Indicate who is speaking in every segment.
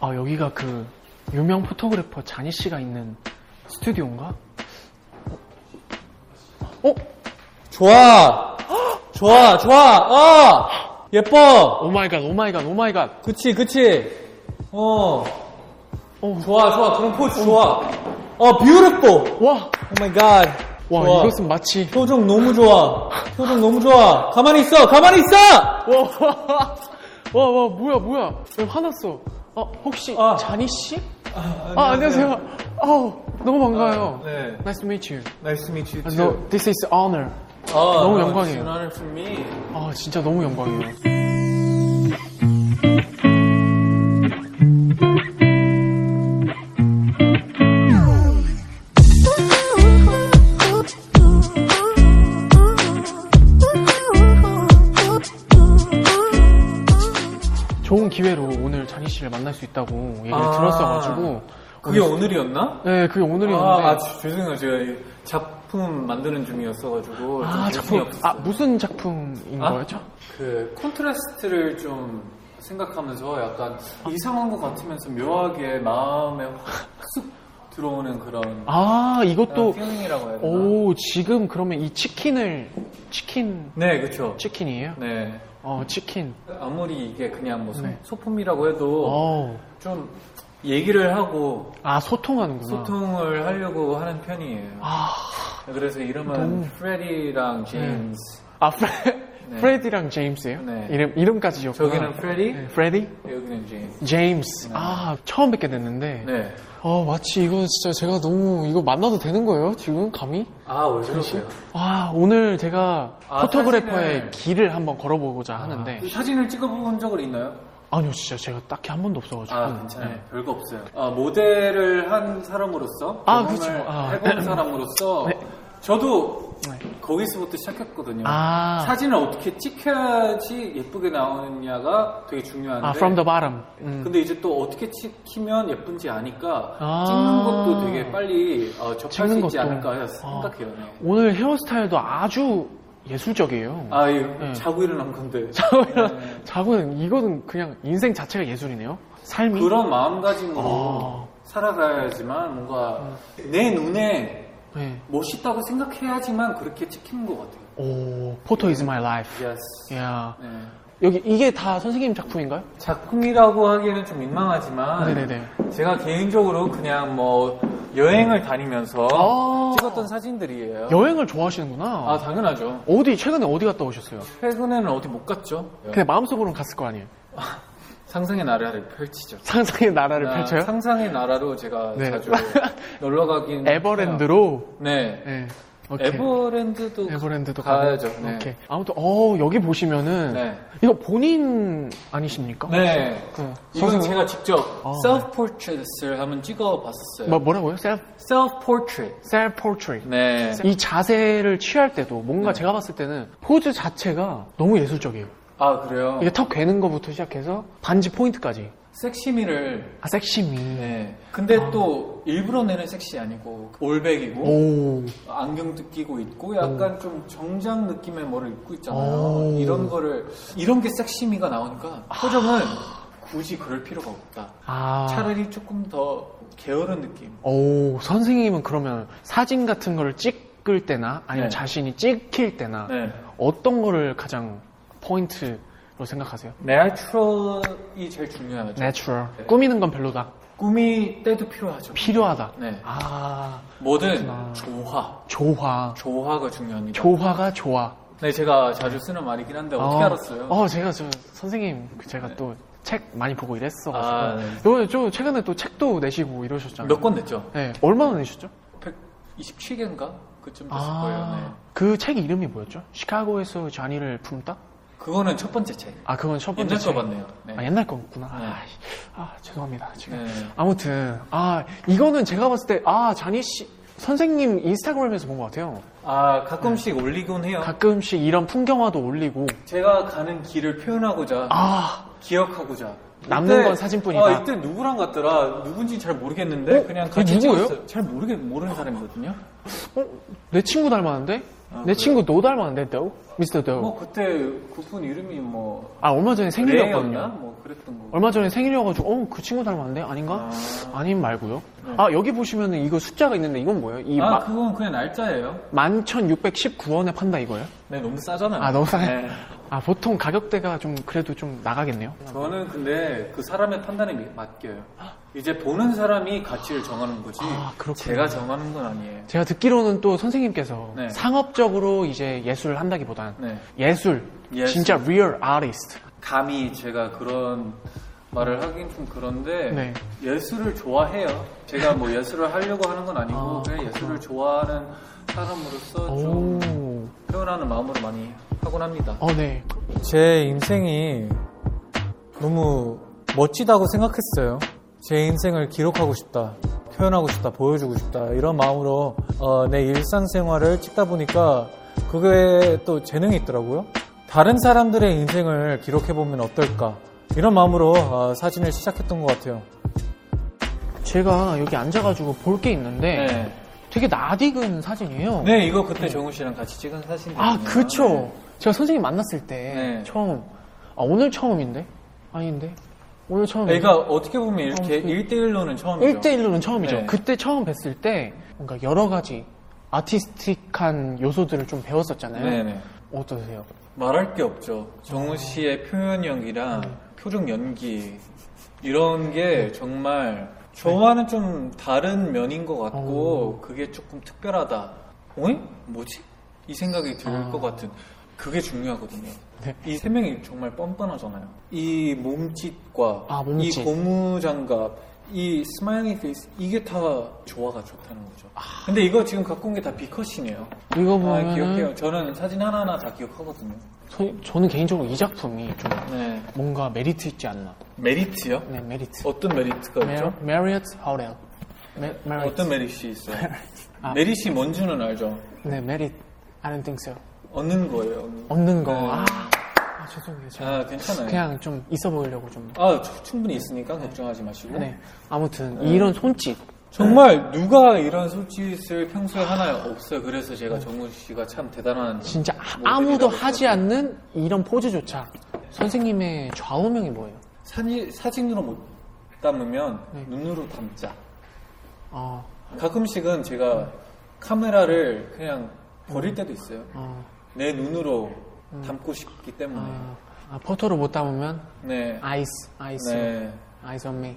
Speaker 1: 아, 여기가 그 유명 포토그래퍼 자니 씨가 있는 스튜디오인가? 어?
Speaker 2: 좋아! 좋아, 좋아! 어! 예뻐!
Speaker 1: 오 마이 갓, 오 마이 갓, 오 마이 갓.
Speaker 2: 그치, 그치! 어,
Speaker 1: 어,
Speaker 2: 좋아, 좋아. 그런 포즈 좋아. 어, beautiful!
Speaker 1: 와!
Speaker 2: 오 마이 갓.
Speaker 1: 와,
Speaker 2: 좋아.
Speaker 1: 이것은 마치
Speaker 2: 표정 너무 좋아. 표정 너무 좋아. 가만히 있어! 가만히 있어!
Speaker 1: 와, 와, 와, 와, 뭐야, 뭐야. 왜 화났어? 아, 혹시
Speaker 2: 아.
Speaker 1: 자니 씨? 아, 안녕하세요. 아우, 너무 반가워요.
Speaker 2: 네.
Speaker 1: Nice to meet you.
Speaker 2: Nice to meet you
Speaker 1: And no, this is honor. 아,
Speaker 2: 아,
Speaker 1: 너무 영광이에요.
Speaker 2: It's an honor for me.
Speaker 1: 아, 진짜 너무 영광이에요. 좋은 기회로 오늘 자니 씨를 만날 수 있다고 얘기를
Speaker 2: 아.
Speaker 1: 들었어가지고.
Speaker 2: 그게 오늘이었나?
Speaker 1: 네, 그게 오늘이었는데.
Speaker 2: 아, 아, 지- 죄송해요. 제가 이 작품 만드는 중이었어가지고. 좀
Speaker 1: 아,
Speaker 2: 정신이
Speaker 1: 작품. 아,
Speaker 2: 없었어요.
Speaker 1: 무슨 작품인
Speaker 2: 아?
Speaker 1: 거였죠?
Speaker 2: 그 콘트라스트를 좀 생각하면서 약간 이상한 것 같으면서 묘하게 마음에 쑥 들어오는 그런
Speaker 1: 아, 이것도.
Speaker 2: feeling이라고 해야 되나?
Speaker 1: 오, 지금 그러면 이 치킨을, 치킨,
Speaker 2: 네, 그렇죠.
Speaker 1: 치킨이에요?
Speaker 2: 네.
Speaker 1: 어, 치킨.
Speaker 2: 아무리 이게 그냥 뭐 소-
Speaker 1: 네.
Speaker 2: 소품이라고 해도
Speaker 1: 어
Speaker 2: 좀 얘기를 하고
Speaker 1: 아, 소통하는구나.
Speaker 2: 소통을 하려고 하는 편이에요.
Speaker 1: 아, 네.
Speaker 2: 그래서 이름은 프레디랑 제임스.
Speaker 1: 아 프레,
Speaker 2: 네.
Speaker 1: 프레디랑 제임스예요?
Speaker 2: 네.
Speaker 1: 이름, 이름까지 지었구
Speaker 2: 저기는 프레디,
Speaker 1: 네, 프레디?
Speaker 2: 여기는 제임스.
Speaker 1: 제임스. 아, 처음 뵙게 됐는데.
Speaker 2: 네.
Speaker 1: 어, 마치 이거 진짜 제가 너무, 이거 만나도 되는 거예요? 지금 감히?
Speaker 2: 아, 왜 그러세요?
Speaker 1: 와, 오늘 제가
Speaker 2: 아,
Speaker 1: 포토그래퍼의
Speaker 2: 사진을.
Speaker 1: 길을 한번 걸어보고자 하는데.
Speaker 2: 사진을 찍어본 적은 있나요?
Speaker 1: 아니요, 진짜 제가 딱히 한 번도 없어가지고.
Speaker 2: 아, 괜찮아요.
Speaker 1: 네.
Speaker 2: 별거 없어요. 아, 모델을 한 사람으로서,
Speaker 1: 아,
Speaker 2: 경험을
Speaker 1: 그렇죠. 아.
Speaker 2: 해본 사람으로서,
Speaker 1: 네.
Speaker 2: 저도
Speaker 1: 네.
Speaker 2: 거기서부터 시작했거든요.
Speaker 1: 아.
Speaker 2: 사진을 어떻게 찍혀야지 예쁘게 나오느냐가 되게 중요한데,
Speaker 1: 아, from the bottom. 음.
Speaker 2: 네. 근데 이제 또 어떻게 찍히면 예쁜지 아니까
Speaker 1: 아.
Speaker 2: 찍는 것도 되게 빨리 어, 접할 수
Speaker 1: 찍는
Speaker 2: 있지
Speaker 1: 것도.
Speaker 2: 않을까
Speaker 1: 아.
Speaker 2: 생각해요. 네.
Speaker 1: 오늘 헤어스타일도 아주 예술적이에요.
Speaker 2: 아, 이
Speaker 1: 네.
Speaker 2: 자고 일어난 건데. 네.
Speaker 1: 자고는 이거는 그냥 인생 자체가 예술이네요. 삶이.
Speaker 2: 그런 마음가짐으로
Speaker 1: 아. 음.
Speaker 2: 살아가야지만 뭔가 내 눈에
Speaker 1: 네.
Speaker 2: 멋있다고 생각해야지만 그렇게 찍히는 것 같아요.
Speaker 1: 오, 포토 is my life.
Speaker 2: Yes.
Speaker 1: 야.
Speaker 2: 네.
Speaker 1: 여기 이게 다 선생님 작품인가요?
Speaker 2: 작품이라고 하기에는 좀 민망하지만
Speaker 1: 네네네.
Speaker 2: 제가 개인적으로 그냥 뭐 여행을 다니면서
Speaker 1: 아.
Speaker 2: 찍었던 사진들이에요.
Speaker 1: 여행을 좋아하시는구나.
Speaker 2: 아 당연하죠.
Speaker 1: 어디 최근에 어디 갔다 오셨어요?
Speaker 2: 최근에는 어디 못 갔죠.
Speaker 1: 근데 마음속으로는 갔을 거 아니에요.
Speaker 2: 상상의 나라를 펼치죠.
Speaker 1: 상상의 나라를 펼쳐요.
Speaker 2: 아, 상상의 나라로 제가
Speaker 1: 네.
Speaker 2: 자주 놀러 가긴 해요.
Speaker 1: 에버랜드로.
Speaker 2: 네.
Speaker 1: 네. 오케이.
Speaker 2: 에버랜드도
Speaker 1: 에버랜드도
Speaker 2: 가야죠.
Speaker 1: 가고.
Speaker 2: 네.
Speaker 1: 오케이. 아무튼 어 여기 보시면은
Speaker 2: 네.
Speaker 1: 이거 본인 아니십니까?
Speaker 2: 네.
Speaker 1: 그
Speaker 2: 이건
Speaker 1: 선생님.
Speaker 2: 제가 직접
Speaker 1: 아.
Speaker 2: self portrait을 한번 찍어봤었어요.
Speaker 1: 뭐, 뭐라고요? self
Speaker 2: self portrait.
Speaker 1: self portrait.
Speaker 2: 네.
Speaker 1: 이 자세를 취할 때도 뭔가 제가 봤을 때는 포즈 자체가 너무 예술적이에요.
Speaker 2: 아 그래요.
Speaker 1: 이게 턱 괴는 거부터 시작해서 반지 포인트까지.
Speaker 2: 섹시미를.
Speaker 1: 아 섹시미.
Speaker 2: 네. 근데 또 일부러 내는 섹시 아니고 올백이고
Speaker 1: 아. 오.
Speaker 2: 안경도 끼고 있고 약간 좀 정장 느낌의 뭐를 입고 있잖아요.
Speaker 1: 오.
Speaker 2: 이런 거를 이런 게 섹시미가 나오니까 표정은 굳이 그럴 필요가 없다.
Speaker 1: 아.
Speaker 2: 차라리 조금 더 게으른 느낌.
Speaker 1: 오 선생님은 그러면 사진 같은 거를 찍을 때나 아니면
Speaker 2: 네.
Speaker 1: 자신이 찍힐 때나
Speaker 2: 네.
Speaker 1: 어떤 거를 가장 포인트로 생각하세요?
Speaker 2: 내추럴이 제일 중요하죠.
Speaker 1: 내추럴.
Speaker 2: 네.
Speaker 1: 꾸미는 건 별로다.
Speaker 2: 꿈이 때도 필요하죠.
Speaker 1: 필요하다.
Speaker 2: 네.
Speaker 1: 아,
Speaker 2: 뭐든
Speaker 1: 그렇구나.
Speaker 2: 조화.
Speaker 1: 조화.
Speaker 2: 조화가 중요합니다.
Speaker 1: 조화가 좋아.
Speaker 2: 네, 제가 자주 쓰는 말이긴 한데 네, 어떻게
Speaker 1: 어.
Speaker 2: 알았어요?
Speaker 1: 어, 제가 저 선생님 그 제가 또 책 많이 보고
Speaker 2: 아,
Speaker 1: 이랬어가지고.
Speaker 2: 네.
Speaker 1: 요번에 좀 최근에 또 책도 내시고 이러셨잖아요.
Speaker 2: 몇 권 냈죠?
Speaker 1: 네, 얼마나 내셨죠?
Speaker 2: 127개인가? 그쯤 됐을
Speaker 1: 아.
Speaker 2: 거예요. 네.
Speaker 1: 그 책 이름이 뭐였죠? 시카고에서 자니를 품다?
Speaker 2: 그거는 첫 번째 책.
Speaker 1: 아, 그건 첫 번째
Speaker 2: 옛날
Speaker 1: 책.
Speaker 2: 거 봤네요. 네.
Speaker 1: 아, 옛날 거구나.
Speaker 2: 네.
Speaker 1: 아, 씨. 아, 죄송합니다. 지금.
Speaker 2: 네.
Speaker 1: 아무튼, 아, 이거는 제가 봤을 때, 아, 자니 씨, 선생님 인스타그램에서 본 것 같아요.
Speaker 2: 아, 가끔씩 올리곤 해요.
Speaker 1: 네. 가끔씩 이런 풍경화도 올리고,
Speaker 2: 제가 가는 길을 표현하고자,
Speaker 1: 아,
Speaker 2: 기억하고자.
Speaker 1: 남는
Speaker 2: 이때-
Speaker 1: 건 사진뿐이다.
Speaker 2: 아, 이때 누구랑 같더라? 누군지 잘 모르겠는데,
Speaker 1: 어?
Speaker 2: 그냥
Speaker 1: 이게
Speaker 2: 같이
Speaker 1: 누구예요?
Speaker 2: 찍었어요. 잘 모르겠, 모르는 사람이거든요.
Speaker 1: 어? 내 친구 닮았는데? 내
Speaker 2: 그래요?
Speaker 1: 친구 너 닮았는데, 너? 미스터 데오.
Speaker 2: 뭐 그때 그분 이름이 뭐
Speaker 1: 아 얼마 전에
Speaker 2: 레였나?
Speaker 1: 생일이었거든요.
Speaker 2: 뭐 그랬던 거.
Speaker 1: 얼마 전에 생일이어가지고 어 그 친구 닮았는데 아닌가?
Speaker 2: 아.
Speaker 1: 아... 닌 말고요. 아 여기 보시면은 이거 숫자가 있는데 이건 뭐예요? 이
Speaker 2: 아,
Speaker 1: 마,
Speaker 2: 그건 그냥 날짜예요.
Speaker 1: 11,619원에 판다 이거예요?
Speaker 2: 네, 너무 싸잖아요.
Speaker 1: 아 너무 싸요.
Speaker 2: 네.
Speaker 1: 아 보통 가격대가 좀 그래도 좀 나가겠네요.
Speaker 2: 저는 근데 그 사람의 판단에 미- 맡겨요. 이제 보는 사람이 가치를 정하는 거지.
Speaker 1: 아, 그렇군요.
Speaker 2: 제가 정하는 건 아니에요.
Speaker 1: 제가 듣기로는 또 선생님께서
Speaker 2: 네.
Speaker 1: 상업적으로 이제 예술을 한다기보단
Speaker 2: 네.
Speaker 1: 예술,
Speaker 2: 예술.
Speaker 1: 진짜 리얼 아티스트.
Speaker 2: 감히 제가 그런 말을 하긴 좀 그런데
Speaker 1: 네.
Speaker 2: 예술을 좋아해요. 제가 뭐 예술을 하려고 하는 건 아니고
Speaker 1: 아,
Speaker 2: 그냥 예술을 좋아하는 사람으로서
Speaker 1: 오,
Speaker 2: 좀 표현하는 마음으로 많이 하곤 합니다.
Speaker 1: 어 네.
Speaker 3: 제 인생이 너무 멋지다고 생각했어요. 제 인생을 기록하고 싶다, 표현하고 싶다, 보여주고 싶다 이런 마음으로 어, 내 일상생활을 찍다 보니까 그게 또 재능이 있더라고요. 다른 사람들의 인생을 기록해 보면 어떨까 이런 마음으로 어, 사진을 시작했던 것 같아요.
Speaker 1: 제가 여기 앉아가지고 볼 게 있는데
Speaker 2: 네.
Speaker 1: 되게 낯익은 사진이에요.
Speaker 2: 네, 이거 그때 정우 씨랑 같이 찍은 사진이에요.
Speaker 1: 아, 그쵸. 제가 선생님 만났을 때
Speaker 2: 네.
Speaker 1: 처음, 아, 오늘 처음인데? 아닌데? 오늘 처음.
Speaker 2: 그러니까 어떻게 보면 이렇게
Speaker 1: 어, 그-
Speaker 2: 1대1로는 처음이죠.
Speaker 1: 1대1로는 처음이죠.
Speaker 2: 그렇죠. 네.
Speaker 1: 그때 처음 뵀을 때 뭔가 여러 가지 아티스틱한 요소들을 좀 배웠었잖아요.
Speaker 2: 네네.
Speaker 1: 어떠세요?
Speaker 2: 말할 게 없죠.
Speaker 1: 아.
Speaker 2: 정우 씨의
Speaker 1: 음.
Speaker 2: 표현력이랑 표정 연기 이런
Speaker 1: 네.
Speaker 2: 게 정말 저와는 좀 다른 면인 것 같고 그게 조금 특별하다. 어이? 뭐지? 이 생각이 들
Speaker 1: 아.
Speaker 2: 것 같은 그게 중요하거든요.
Speaker 1: 네.
Speaker 2: 이 세 명이 정말 뻔뻔하잖아요. 이 몸짓과
Speaker 1: 아, 몸짓.
Speaker 2: 이 고무장갑, 이 스마일링 페이스 이게 다 조화가 좋다는 거죠.
Speaker 1: 아.
Speaker 2: 근데 이거 지금 갖고 온 게 다 비컷이네요.
Speaker 1: 이거
Speaker 2: 아,
Speaker 1: 보면
Speaker 2: 기억해요. 저는 사진 하나하나 다 기억하거든요.
Speaker 1: 저는 개인적으로 이 작품이 좀
Speaker 2: 네.
Speaker 1: 뭔가 메리트 있지 않나.
Speaker 2: 메리트요?
Speaker 1: 네, 메리트.
Speaker 2: 어떤 메리트가 있죠?
Speaker 1: 메리엇 호텔. 메- 메리트.
Speaker 2: 어떤 메리트 있어요?
Speaker 1: 아.
Speaker 2: 메리트 뭔지는 알죠?
Speaker 1: 네, 메리트. I don't think so.
Speaker 2: 얻는 거예요. 얻는 거.
Speaker 1: 없는 거.
Speaker 2: 네.
Speaker 1: 아, 아, 죄송해요. 제가
Speaker 2: 아, 괜찮아요.
Speaker 1: 그냥 좀 있어 보이려고 좀.
Speaker 2: 아, 추- 충분히 있으니까 걱정하지 마시고.
Speaker 1: 네. 아무튼 이런 손짓.
Speaker 2: 정말 누가 이런 솔짓을 평소에 하나요? 없어요. 그래서 제가 정우 씨가 참 대단한
Speaker 1: 진짜
Speaker 2: 모델이라고
Speaker 1: 아무도
Speaker 2: 생각해요.
Speaker 1: 뭐 하지 않는 이런 포즈조차 선생님의 좌우명이 뭐예요?
Speaker 2: 사진, 사진으로 못 담으면
Speaker 1: 네.
Speaker 2: 눈으로 담자.
Speaker 1: 어,
Speaker 2: 가끔씩은 제가 카메라를 그냥 버릴 때도 있어요.
Speaker 1: 어,
Speaker 2: 내 눈으로 담고 싶기 때문에.
Speaker 1: 어, 음. 아, 포토로 못 담으면
Speaker 2: 네.
Speaker 1: 아이스, 아이스,
Speaker 2: 네.
Speaker 1: 아이스 on me.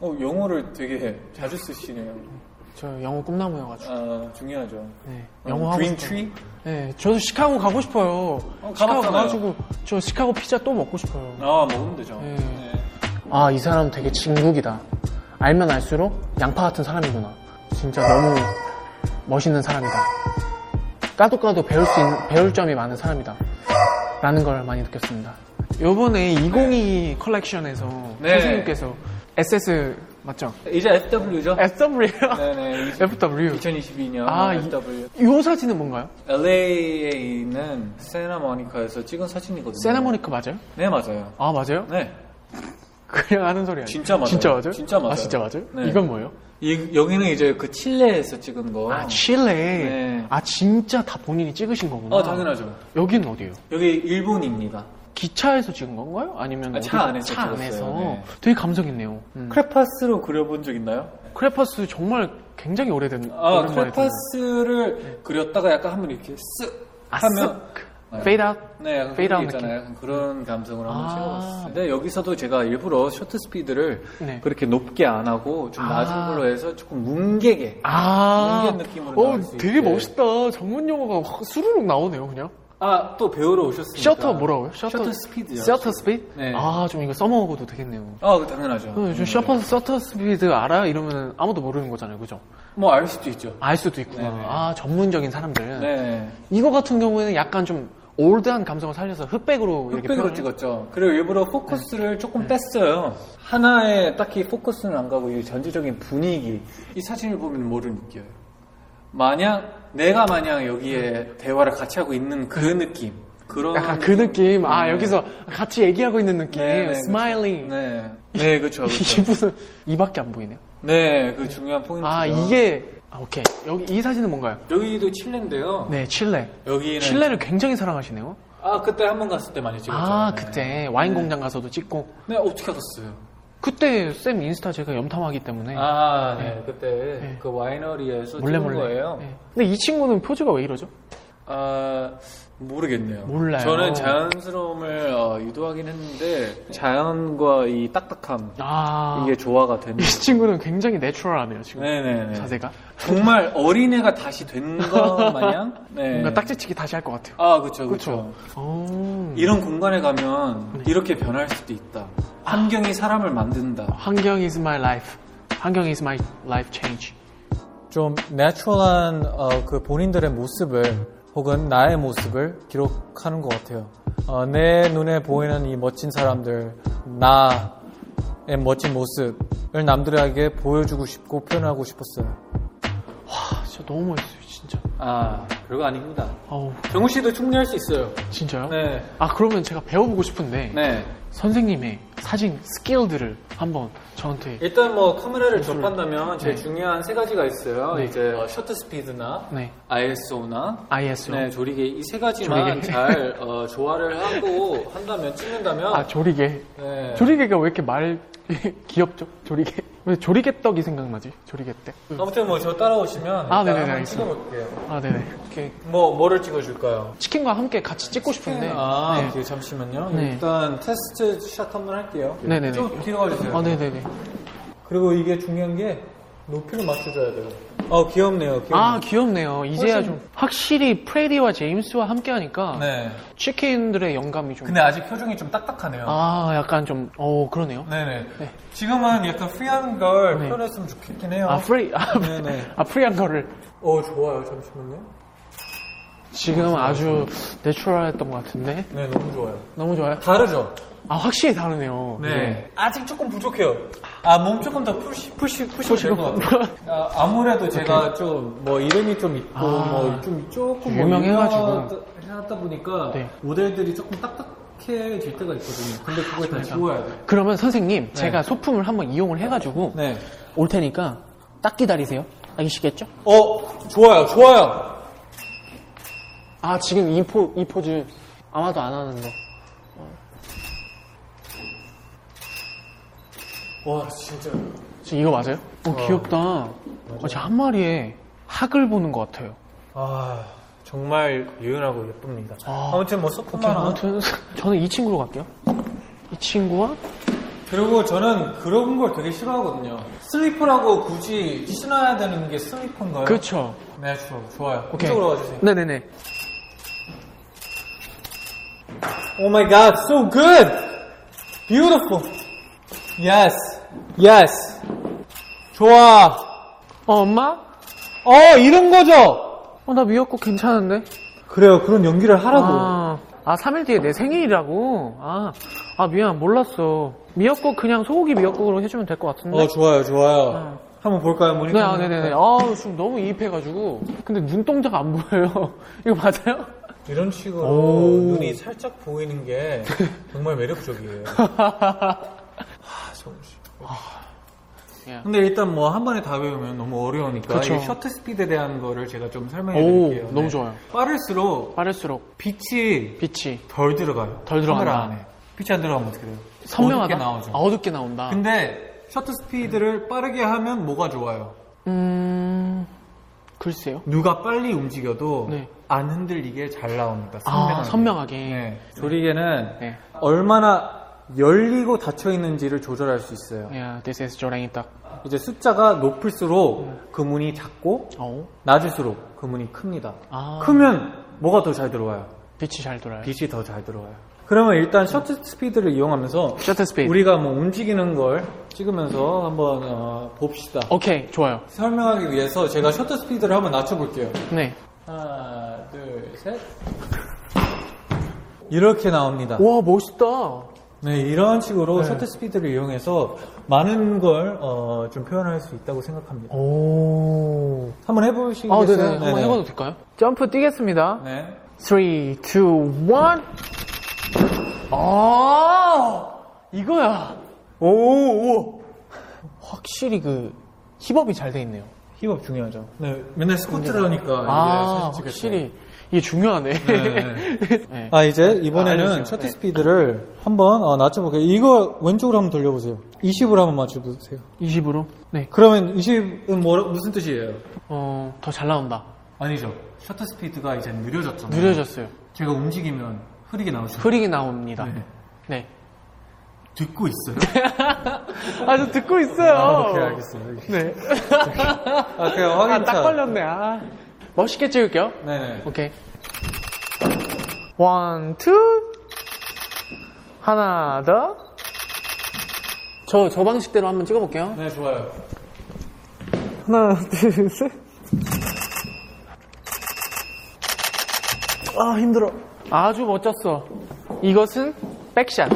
Speaker 2: 어, 영어를 되게 자주 쓰시네요.
Speaker 1: 저 영어 꿈나무여가지고.
Speaker 2: 아, 중요하죠. 음,
Speaker 1: 네, 영어 하고
Speaker 2: 그린
Speaker 1: 싶어요.
Speaker 2: 트리?
Speaker 1: 네, 저도 시카고 가고 싶어요. 시카고
Speaker 2: 가봤잖아요.
Speaker 1: 가가지고 저 시카고 피자 또 먹고 싶어요.
Speaker 2: 아, 먹으면 되죠.
Speaker 1: 네.
Speaker 2: 네.
Speaker 1: 아, 이 사람 되게 진국이다. 알면 알수록 양파 같은 사람이구나. 진짜 너무 멋있는 사람이다. 까도 까도 배울 수 있는, 배울 점이 많은 사람이다. 라는 걸 많이 느꼈습니다. 요번에 2022 컬렉션에서
Speaker 2: 네.
Speaker 1: 선생님께서 SS 맞죠?
Speaker 2: 이제 FW죠?
Speaker 1: SW요?
Speaker 2: 네네.
Speaker 1: FW.
Speaker 2: 2022년
Speaker 1: 아, 이,
Speaker 2: FW.
Speaker 1: 요 사진은 뭔가요?
Speaker 2: LA에 있는 세나모니카에서 찍은 사진이거든요.
Speaker 1: 세나모니카 맞아요?
Speaker 2: 네, 맞아요.
Speaker 1: 아, 맞아요?
Speaker 2: 네.
Speaker 1: 그냥 하는 소리 아니에요?
Speaker 2: 진짜 맞아요.
Speaker 1: 진짜 맞아요?
Speaker 2: 진짜 맞아요.
Speaker 1: 아, 진짜 맞아요?
Speaker 2: 네.
Speaker 1: 이건 뭐예요?
Speaker 2: 이, 여기는 이제 그 칠레에서 찍은 거.
Speaker 1: 아, 칠레.
Speaker 2: 네.
Speaker 1: 아, 진짜 다 본인이 찍으신 거구나.
Speaker 2: 어, 당연하죠.
Speaker 1: 여기는 어디예요?
Speaker 2: 여기 일본입니다.
Speaker 1: 기차에서 찍은 건가요? 아니면
Speaker 2: 아, 차
Speaker 1: 어디서?
Speaker 2: 안에서
Speaker 1: 차
Speaker 2: 찍었어요.
Speaker 1: 안에서
Speaker 2: 네.
Speaker 1: 되게 감성 있네요. 음.
Speaker 2: 크레파스로 그려본 적 있나요?
Speaker 1: 크레파스 정말 굉장히 오래된
Speaker 2: 아,
Speaker 1: 오랜만에
Speaker 2: 크레파스를 그렸다가 약간 한번 이렇게 쓱
Speaker 1: 아,
Speaker 2: 하면 네.
Speaker 1: 페이드
Speaker 2: 네, 약간
Speaker 1: 페이드아웃
Speaker 2: 그런 게 있잖아요. 약간 그런 감성으로 한번
Speaker 1: 아.
Speaker 2: 찍어봤어요. 근데 여기서도 제가 일부러 쇼트 스피드를
Speaker 1: 네.
Speaker 2: 그렇게 높게 안 하고 좀 낮은
Speaker 1: 아.
Speaker 2: 걸로 해서 조금 뭉개게.
Speaker 1: 아,
Speaker 2: 인간 느낌으로
Speaker 1: 어,
Speaker 2: 나올 수
Speaker 1: 되게
Speaker 2: 있게.
Speaker 1: 멋있다. 전문 용어가 확 수르륵 나오네요, 그냥.
Speaker 2: 아, 또 배우러 오셨습니까?
Speaker 1: 셔터 뭐라고요?
Speaker 2: 셔터 스피드요.
Speaker 1: 셔터 스피드?
Speaker 2: 네.
Speaker 1: 아, 좀 이거 써먹어도 되겠네요.
Speaker 2: 아, 그거 당연하죠.
Speaker 1: 어, 요즘 셔터, 셔터 스피드 알아? 이러면 아무도 모르는 거잖아요, 그죠?
Speaker 2: 뭐알 수도 있죠.
Speaker 1: 알 수도 있구나.
Speaker 2: 네, 네.
Speaker 1: 아, 전문적인 사람들.
Speaker 2: 네.
Speaker 1: 이거 같은 경우에는 약간 좀 올드한 감성을 살려서 흑백으로 네. 이렇게
Speaker 2: 흑백으로
Speaker 1: 표현을-
Speaker 2: 찍었죠. 그리고 일부러 포커스를 조금 뺐어요. 하나에 딱히 포커스는 안 가고 이 전체적인 분위기. 이 사진을 보면 뭐를 느껴요? 마냥 내가 마냥 여기에 대화를 같이 하고 있는 그 느낌. 그런
Speaker 1: 네. 약간 그 느낌. 아,
Speaker 2: 네.
Speaker 1: 여기서 같이 얘기하고 있는 느낌.
Speaker 2: 네, 네,
Speaker 1: 스마일링.
Speaker 2: 네. 네, 그렇죠.
Speaker 1: 이게 무슨, 이밖에 안 보이네요.
Speaker 2: 네, 그 중요한 포인트.
Speaker 1: 아, 이게, 아, 오케이. 여기, 이 사진은 뭔가요?
Speaker 2: 여기도 칠레인데요.
Speaker 1: 네, 칠레.
Speaker 2: 여기는
Speaker 1: 칠레를 굉장히 사랑하시네요.
Speaker 2: 아, 그때 한 번 갔을 때 많이 찍었죠.
Speaker 1: 아,
Speaker 2: 네.
Speaker 1: 그때 와인 공장 가서도 찍고.
Speaker 2: 네, 어떻게 갔어요?
Speaker 1: 그때 쌤 인스타 제가 염탐하기 때문에.
Speaker 2: 아, 네. 그때
Speaker 1: 네.
Speaker 2: 그 와이너리에서
Speaker 1: 몰래
Speaker 2: 찍은
Speaker 1: 몰래.
Speaker 2: 거예요.
Speaker 1: 네. 근데 이 친구는 표지가 왜 이러죠?
Speaker 2: 아, 모르겠네요.
Speaker 1: 몰라요.
Speaker 2: 저는 자연스러움을 어, 유도하긴 했는데 자연과 이 딱딱함
Speaker 1: 네. 아,
Speaker 2: 이게 조화가 된.
Speaker 1: 이 친구는 굉장히 내추럴하네요 지금
Speaker 2: 네네네.
Speaker 1: 자세가.
Speaker 2: 정말 어린애가 다시 된 것 마냥. 네.
Speaker 1: 뭔가 딱지치기 다시 할 것 같아요.
Speaker 2: 아, 그렇죠,
Speaker 1: 그쵸.
Speaker 2: 그렇죠.
Speaker 1: 오.
Speaker 2: 이런 공간에 가면
Speaker 1: 네.
Speaker 2: 이렇게 변할 수도 있다. 환경이 사람을 만든다.
Speaker 1: 환경 is my life. 환경 is my life change.
Speaker 3: 좀 내추럴한 어, 그 본인들의 모습을 혹은 나의 모습을 기록하는 것 같아요. 어, 내 눈에 보이는 이 멋진 사람들, 나의 멋진 모습을 남들에게 보여주고 싶고 표현하고 싶었어요.
Speaker 1: 아, 진짜 너무 멋있어요 진짜.
Speaker 2: 아, 별거 아닙니다.
Speaker 1: 어우
Speaker 2: 정우 씨도 충분히 할 수 있어요.
Speaker 1: 진짜요?
Speaker 2: 네.
Speaker 1: 아 그러면 제가 배워보고 싶은데
Speaker 2: 네.
Speaker 1: 선생님의 사진 스킬들을 한번 저한테
Speaker 2: 일단 뭐 카메라를 접한다면 제일
Speaker 1: 네.
Speaker 2: 중요한 세 가지가 있어요.
Speaker 1: 네.
Speaker 2: 이제 어, 셔터 스피드나
Speaker 1: 네
Speaker 2: ISO나
Speaker 1: ISO
Speaker 2: 네, 조리개 이 세 가지만
Speaker 1: 조리개.
Speaker 2: 잘 어, 조화를 하고 한다면 찍는다면
Speaker 1: 아 조리개
Speaker 2: 네.
Speaker 1: 조리개가 왜 이렇게 말 귀엽죠 조리개 왜 조리개 떡이 생각나지 조리개
Speaker 2: 아무튼 뭐 저 따라오시면
Speaker 1: 아,
Speaker 2: 일단
Speaker 1: 네네네,
Speaker 2: 한번
Speaker 1: 알겠습니다.
Speaker 2: 찍어볼게요.
Speaker 1: 떡아 네네
Speaker 2: 이렇게 뭐 뭐를 찍어줄까요?
Speaker 1: 치킨과 함께 같이 찍고 싶은데
Speaker 2: 아,
Speaker 1: 네.
Speaker 2: 오케이, 잠시만요.
Speaker 1: 네.
Speaker 2: 일단 테스트 시작 한번 할게요.
Speaker 1: 네네네.
Speaker 2: 좀 뒤로 가주세요.
Speaker 1: 아 네네네
Speaker 2: 그리고 이게 중요한 게 높이를 맞춰줘야 돼요. 어, 귀엽네요. 귀엽네요.
Speaker 1: 아 귀엽네요 이제야
Speaker 2: 훨씬-
Speaker 1: 좀 확실히 프레디와 제임스와 함께 하니까
Speaker 2: 네.
Speaker 1: 치킨들의 영감이 좀
Speaker 2: 근데 아직 표정이 좀 딱딱하네요.
Speaker 1: 아, 약간 좀, 어, 그러네요.
Speaker 2: 네네.
Speaker 1: 네.
Speaker 2: 지금은 약간 프리한 걸
Speaker 1: 네.
Speaker 2: 표현했으면 좋겠긴 해요.
Speaker 1: 아, 프리, 아,
Speaker 2: 네네.
Speaker 1: 아, 프리한 거를.
Speaker 2: 어, 좋아요. 잠시만요.
Speaker 1: 지금 아주 내추럴했던 것 같은데.
Speaker 2: 네, 너무 좋아요.
Speaker 1: 너무 좋아요.
Speaker 2: 다르죠?
Speaker 1: 아, 확실히 다르네요.
Speaker 2: 아직 조금 부족해요. 예. 아, 몸 조금 더 푸시, 푸시, 푸시면
Speaker 1: 푸시고.
Speaker 2: 될것 같아요. 아, 아무래도 제가 좀 뭐 이름이 좀 있고
Speaker 1: 아.
Speaker 2: 뭐 좀 조금
Speaker 1: 유명해가지고.
Speaker 2: 하다 보니까
Speaker 1: 네.
Speaker 2: 모델들이 조금 딱딱해질 때가 있거든요. 근데 그걸 다 지워야 돼.
Speaker 1: 그러면 선생님, 제가 소품을 한번 이용을 해가지고
Speaker 2: 네.
Speaker 1: 올 테니까 딱 기다리세요. 알겠시겠죠?
Speaker 2: 어, 좋아요, 좋아요.
Speaker 1: 아, 지금 이, 포, 이 포즈 아마도 안 하는데.
Speaker 2: 와, 진짜.
Speaker 1: 지금 이거 맞아요? 어, 귀엽다. 어, 진짜 한 마리에 학을 보는 것 같아요.
Speaker 2: 아, 정말 유연하고 예쁩니다.
Speaker 1: 아.
Speaker 2: 아무튼 뭐 소품만
Speaker 1: 오케이,
Speaker 2: 하나.
Speaker 1: 아무튼 저는 이 친구로 갈게요. 이 친구와
Speaker 2: 네. 그리고 저는 그런 걸 되게 싫어하거든요. 슬리퍼라고 굳이 신어야 되는 게 슬리퍼인가요?
Speaker 1: 그렇죠.
Speaker 2: 네, 좋아요. 좋아요.
Speaker 1: 오케이.
Speaker 2: 이쪽으로 와주세요.
Speaker 1: 네네네.
Speaker 2: Oh my god, so good! Beautiful! Yes! Yes! 좋아!
Speaker 1: 어, 엄마?
Speaker 2: 어, 이런 거죠!
Speaker 1: 어, 나 미역국 괜찮은데?
Speaker 2: 그래요, 그런 연기를 하라고.
Speaker 1: 아, 아, 3일 뒤에 내 생일이라고? 아, 아, 미안, 몰랐어. 미역국 그냥 소고기 미역국으로 해주면 될 것 같은데?
Speaker 2: 어, 좋아요, 좋아요. 한번 볼까요, 모니터?
Speaker 1: 네, 아, 네네네. 아, 지금 너무 이입해가지고. 근데 눈동자가 안 보여요. 이거 맞아요?
Speaker 2: 이런 식으로
Speaker 1: 오.
Speaker 2: 눈이 살짝 보이는 게 정말 매력적이에요. 아, 정우 씨.
Speaker 1: 예.
Speaker 2: 근데 일단 뭐 한 번에 다 배우면 너무 어려우니까
Speaker 1: 그쵸.
Speaker 2: 이 셔터 스피드에 대한 거를 제가 좀 설명해
Speaker 1: 오,
Speaker 2: 드릴게요. 네.
Speaker 1: 너무 좋아요.
Speaker 2: 빠를수록
Speaker 1: 빠를수록
Speaker 2: 빛이
Speaker 1: 빛이
Speaker 2: 덜 들어가요.
Speaker 1: 덜 들어간다.
Speaker 2: 카메라 안에. 빛이 안 들어가면 어떻게 돼요?
Speaker 1: 선명하다.
Speaker 2: 어둡게 나오죠.
Speaker 1: 아, 어둡게 나온다.
Speaker 2: 근데 셔터 스피드를 빠르게 하면 뭐가 좋아요?
Speaker 1: 음, 글쎄요.
Speaker 2: 누가 빨리 움직여도
Speaker 1: 네.
Speaker 2: 안 흔들리게 잘 나옵니다. 선명하게.
Speaker 1: 아, 선명하게.
Speaker 2: 네. 조리개는
Speaker 1: 네.
Speaker 2: 얼마나 열리고 닫혀 있는지를 조절할 수 있어요.
Speaker 1: Yeah, this is 조랭이 딱.
Speaker 2: 이제 숫자가 높을수록 그 문이 작고
Speaker 1: 어,
Speaker 2: 낮을수록 그 문이 큽니다.
Speaker 1: 아.
Speaker 2: 크면 뭐가 더 잘 들어와요?
Speaker 1: 빛이 잘 돌아요.
Speaker 2: 빛이 더 잘 들어와요. 그러면 일단 셔터 스피드를 이용하면서
Speaker 1: 셔터 스피드.
Speaker 2: 우리가 뭐 움직이는 걸 찍으면서 한번 어, 봅시다.
Speaker 1: 오케이, 좋아요.
Speaker 2: 설명하기 위해서 제가 셔터 스피드를 한번 낮춰볼게요.
Speaker 1: 네.
Speaker 2: 하나, 둘, 셋. 이렇게 나옵니다.
Speaker 1: 와, 멋있다.
Speaker 2: 네, 이런 식으로 셔터 스피드를 이용해서 많은 걸, 어, 좀 표현할 수 있다고 생각합니다.
Speaker 1: 오.
Speaker 2: 한번 해보시겠어요?
Speaker 1: 아, 네네. 한번 해봐도 될까요? 점프 뛰겠습니다.
Speaker 2: 네.
Speaker 1: 3, 2, 1. 아! 이거야. 오, 오. 확실히 그 힙업이 잘 돼 있네요.
Speaker 2: 힙업 중요하죠. 네, 맨날 스쿼트를 하니까
Speaker 1: 아,
Speaker 2: 이게 사실 네, 찍을 때.
Speaker 1: 확실히 이게 중요하네. 네.
Speaker 2: 아 이제 이번에는
Speaker 1: 알려주세요.
Speaker 2: 셔틀
Speaker 1: 네.
Speaker 2: 스피드를 한번 어, 낮춰볼게요. 이거 왼쪽으로 한번 돌려보세요. 20으로 한번 맞춰보세요.
Speaker 1: 20으로? 네.
Speaker 2: 그러면 20은 뭐, 무슨 뜻이에요?
Speaker 1: 어, 더 잘 나온다.
Speaker 2: 아니죠. 셔틀 스피드가 이제 느려졌잖아요.
Speaker 1: 느려졌어요.
Speaker 2: 제가 움직이면 흐리게 나오죠.
Speaker 1: 흐리게 나옵니다.
Speaker 2: 네.
Speaker 1: 네.
Speaker 2: 듣고 있어요.
Speaker 1: 아, 저 듣고 있어요.
Speaker 2: 아, 오케이 알겠어요.
Speaker 1: 네.
Speaker 2: 아, 그냥
Speaker 1: 아,
Speaker 2: 확인차.
Speaker 1: 딱 걸렸네. 아. 멋있게 찍을게요.
Speaker 2: 네네.
Speaker 1: 오케이. 원, 투. 하나 더. 저, 저 방식대로 한번 찍어볼게요.
Speaker 2: 네 좋아요.
Speaker 1: 하나, 둘, 셋. 아, 힘들어. 아주 멋졌어. 이것은 백샷.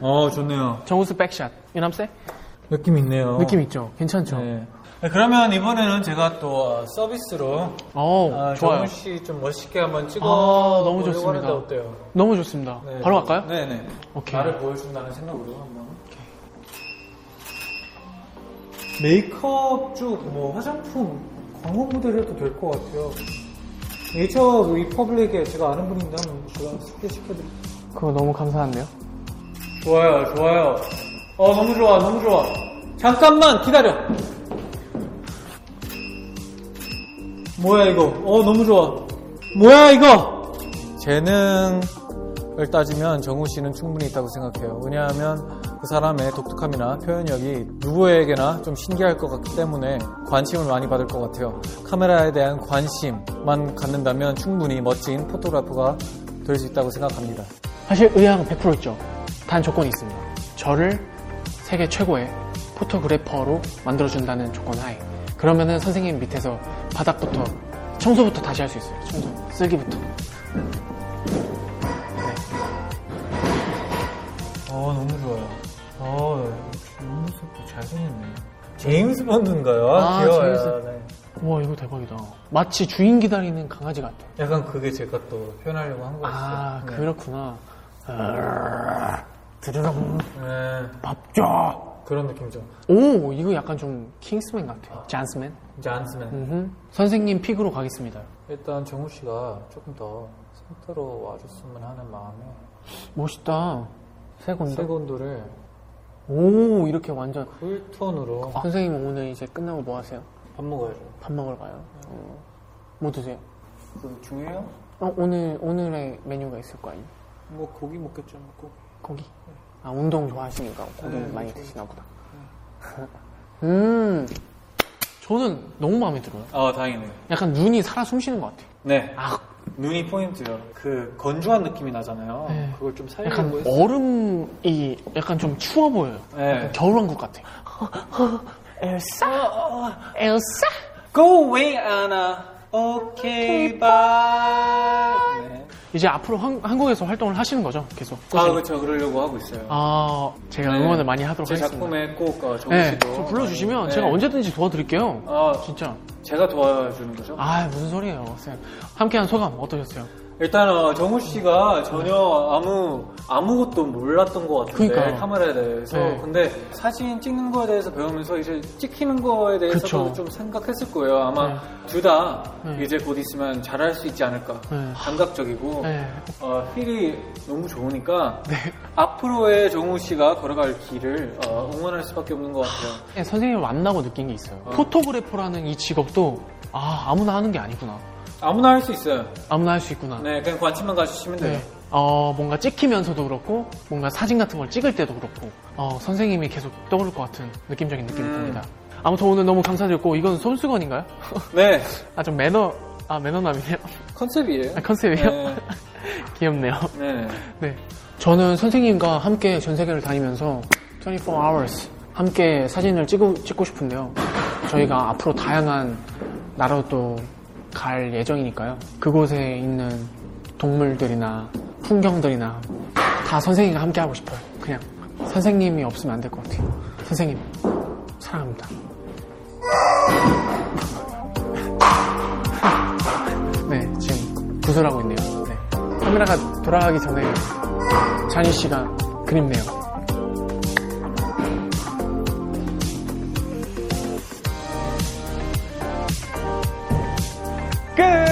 Speaker 2: 어 좋네요.
Speaker 1: 정우수 백샷. 유남쌤?
Speaker 2: 느낌 있네요.
Speaker 1: 느낌 있죠? 괜찮죠?
Speaker 2: 네. 네, 그러면 이번에는 제가 또 어, 서비스로
Speaker 1: 어 좋아요.
Speaker 2: 아, 정훈 씨좀 멋있게 한번 찍어.
Speaker 1: 아, 너무
Speaker 2: 보려고
Speaker 1: 좋습니다.
Speaker 2: 하는데 어때요?
Speaker 1: 너무 좋습니다.
Speaker 2: 네.
Speaker 1: 바로 갈까요?
Speaker 2: 네네.
Speaker 1: 오케이.
Speaker 2: 나를 보여준다는 생각으로 한번. 메이크업 쪽 뭐 화장품 광고 모델 해도 될 것 같아요. 네이처 리퍼블릭에 제가 아는 분인데 한번 제가 소개시켜드릴게요.
Speaker 1: 그거 너무 감사한데요?
Speaker 2: 좋아요, 좋아요. 어, 너무 좋아, 너무 좋아. 잠깐만 기다려. 뭐야 이거? 어, 너무 좋아. 뭐야 이거? 재능을 따지면 정우 씨는 충분히 있다고 생각해요. 왜냐하면 그 사람의 독특함이나 표현력이 누구에게나 좀 신기할 것 같기 때문에 관심을 많이 받을 것 같아요. 카메라에 대한 관심만 갖는다면 충분히 멋진 포토그래퍼가 될 수 있다고 생각합니다.
Speaker 1: 사실 의향 100% 있죠. 단 조건이 있습니다. 저를 세계 최고의 포토그래퍼로 만들어준다는 조건 하에. 그러면은 선생님 밑에서 바닥부터, 청소부터 다시 할 수 있어요. 청소. 쓸기부터.
Speaker 2: 어 너무 좋아요. 어 김문석도 잘생겼네. 제임스 본드인가요?
Speaker 1: 아,
Speaker 2: 귀여워요.
Speaker 1: 제임스.
Speaker 2: 네.
Speaker 1: 와, 이거 대박이다. 마치 주인 기다리는 강아지 같아.
Speaker 2: 약간 그게 제가 또 표현하려고 한 거였어요.
Speaker 1: 아,
Speaker 2: 네.
Speaker 1: 그렇구나. 아, 드르렁.
Speaker 2: 네,
Speaker 1: 밥 줘!
Speaker 2: 그런 느낌이죠.
Speaker 1: 오, 이거 약간 좀 킹스맨 같아요. 잔스맨?
Speaker 2: 이제 안쓰면
Speaker 1: 음흠. 선생님 픽으로 가겠습니다.
Speaker 2: 일단 정우 씨가 조금 더 상태로 와줬으면 하는 마음에
Speaker 1: 멋있다. 새 건다.
Speaker 2: 세곤도를
Speaker 1: 오 이렇게 완전
Speaker 2: 풀톤으로
Speaker 4: 아.
Speaker 1: 선생님 오늘 이제 끝나고 뭐 하세요?
Speaker 2: 밥 먹어야죠.
Speaker 1: 밥 먹으러 가요. 어, 뭐 드세요?
Speaker 4: 그 중요해요?
Speaker 1: 어, 오늘 오늘의 메뉴가 있을 거 아니에요?
Speaker 4: 뭐 고기 먹겠죠, 뭐 고기.
Speaker 1: 고기. 아 운동 좋아하시니까 고기
Speaker 4: 네,
Speaker 1: 많이
Speaker 4: 좋아요.
Speaker 1: 드시나 보다. 음 저는 너무 마음에 들어요.
Speaker 4: 아 다행이네요.
Speaker 1: 약간 눈이 살아 숨쉬는 것 같아요.
Speaker 4: 네.
Speaker 1: 아
Speaker 4: 눈이 포인트요. 그 건조한 느낌이 나잖아요.
Speaker 1: 네.
Speaker 4: 그걸 좀 살리려고
Speaker 1: 약간
Speaker 4: 했어요.
Speaker 1: 얼음이 약간 좀 추워 보여요.
Speaker 4: 네.
Speaker 1: 겨울왕국 같아요. 엘사 엘사
Speaker 4: Go away, Anna. Okay, bye. 네.
Speaker 1: 이제 앞으로 한, 한국에서 활동을 하시는 거죠? 계속.
Speaker 4: 아 그렇죠. 그러려고 하고 있어요.
Speaker 1: 아, 제가
Speaker 4: 네.
Speaker 1: 응원을 많이 하도록
Speaker 4: 제
Speaker 1: 하겠습니다.
Speaker 4: 작품에 꼭 어, 정우
Speaker 1: 네,
Speaker 4: 씨도
Speaker 1: 저 불러주시면
Speaker 4: 많이-
Speaker 1: 제가
Speaker 4: 네.
Speaker 1: 언제든지 도와드릴게요.
Speaker 4: 아,
Speaker 1: 진짜.
Speaker 4: 제가 도와주는 거죠?
Speaker 1: 아, 무슨 소리예요, 쌤. 함께한 소감 어떠셨어요?
Speaker 4: 일단 어, 정우 씨가 전혀 아무 아무것도 몰랐던 것 같은데
Speaker 1: 그러니까요.
Speaker 4: 카메라에 대해서
Speaker 1: 네.
Speaker 4: 근데 사진 찍는 거에 대해서 배우면서 이제 찍히는 거에 대해서도
Speaker 1: 그쵸.
Speaker 4: 좀 생각했을 거예요 아마
Speaker 1: 네.
Speaker 4: 둘 다
Speaker 1: 네.
Speaker 4: 이제 곧 있으면 잘할 수 있지 않을까
Speaker 1: 네.
Speaker 4: 감각적이고
Speaker 1: 네.
Speaker 4: 어, 힐이 너무 좋으니까 앞으로의 정우 씨가 걸어갈 길을 어, 응원할 수밖에 없는 것 같아요
Speaker 1: 네, 선생님을 만나고 느낀 게 있어요. 포토그래퍼라는 이 직업도, 아, 아무나 하는 게 아니구나.
Speaker 4: 아무나 할 수 있어요
Speaker 1: 아무나 할 수 있구나.
Speaker 4: 네 그냥 관심만 가주시면 돼요
Speaker 1: 네. 어, 뭔가 찍히면서도 그렇고, 뭔가 사진 같은 걸 찍을 때도 그렇고, 어, 선생님이 계속 떠오를 것 같은 느낌적인 느낌이
Speaker 4: 음.
Speaker 1: 듭니다. 아무튼 오늘 너무 감사드렸고, 이건 손수건인가요?
Speaker 4: 네
Speaker 1: 아, 좀 매너, 아, 매너남이네요.
Speaker 4: 컨셉이에요
Speaker 1: 아, 컨셉이에요?
Speaker 4: 네.
Speaker 1: 귀엽네요.
Speaker 4: 네.
Speaker 1: 네. 저는 선생님과 함께 전 세계를 다니면서 24 hours 함께 사진을 찍고, 찍고 싶은데요. 저희가 앞으로 다양한 나라로 또 갈 예정이니까요. 그곳에 있는 동물들이나 풍경들이나 다 선생님과 함께 하고 싶어요. 그냥 선생님이 없으면 안 될 것 같아요. 선생님 사랑합니다. 네, 지금 구슬하고 있네요. 네. 카메라가 돌아가기 전에 잔희 씨가 그립네요. 끝!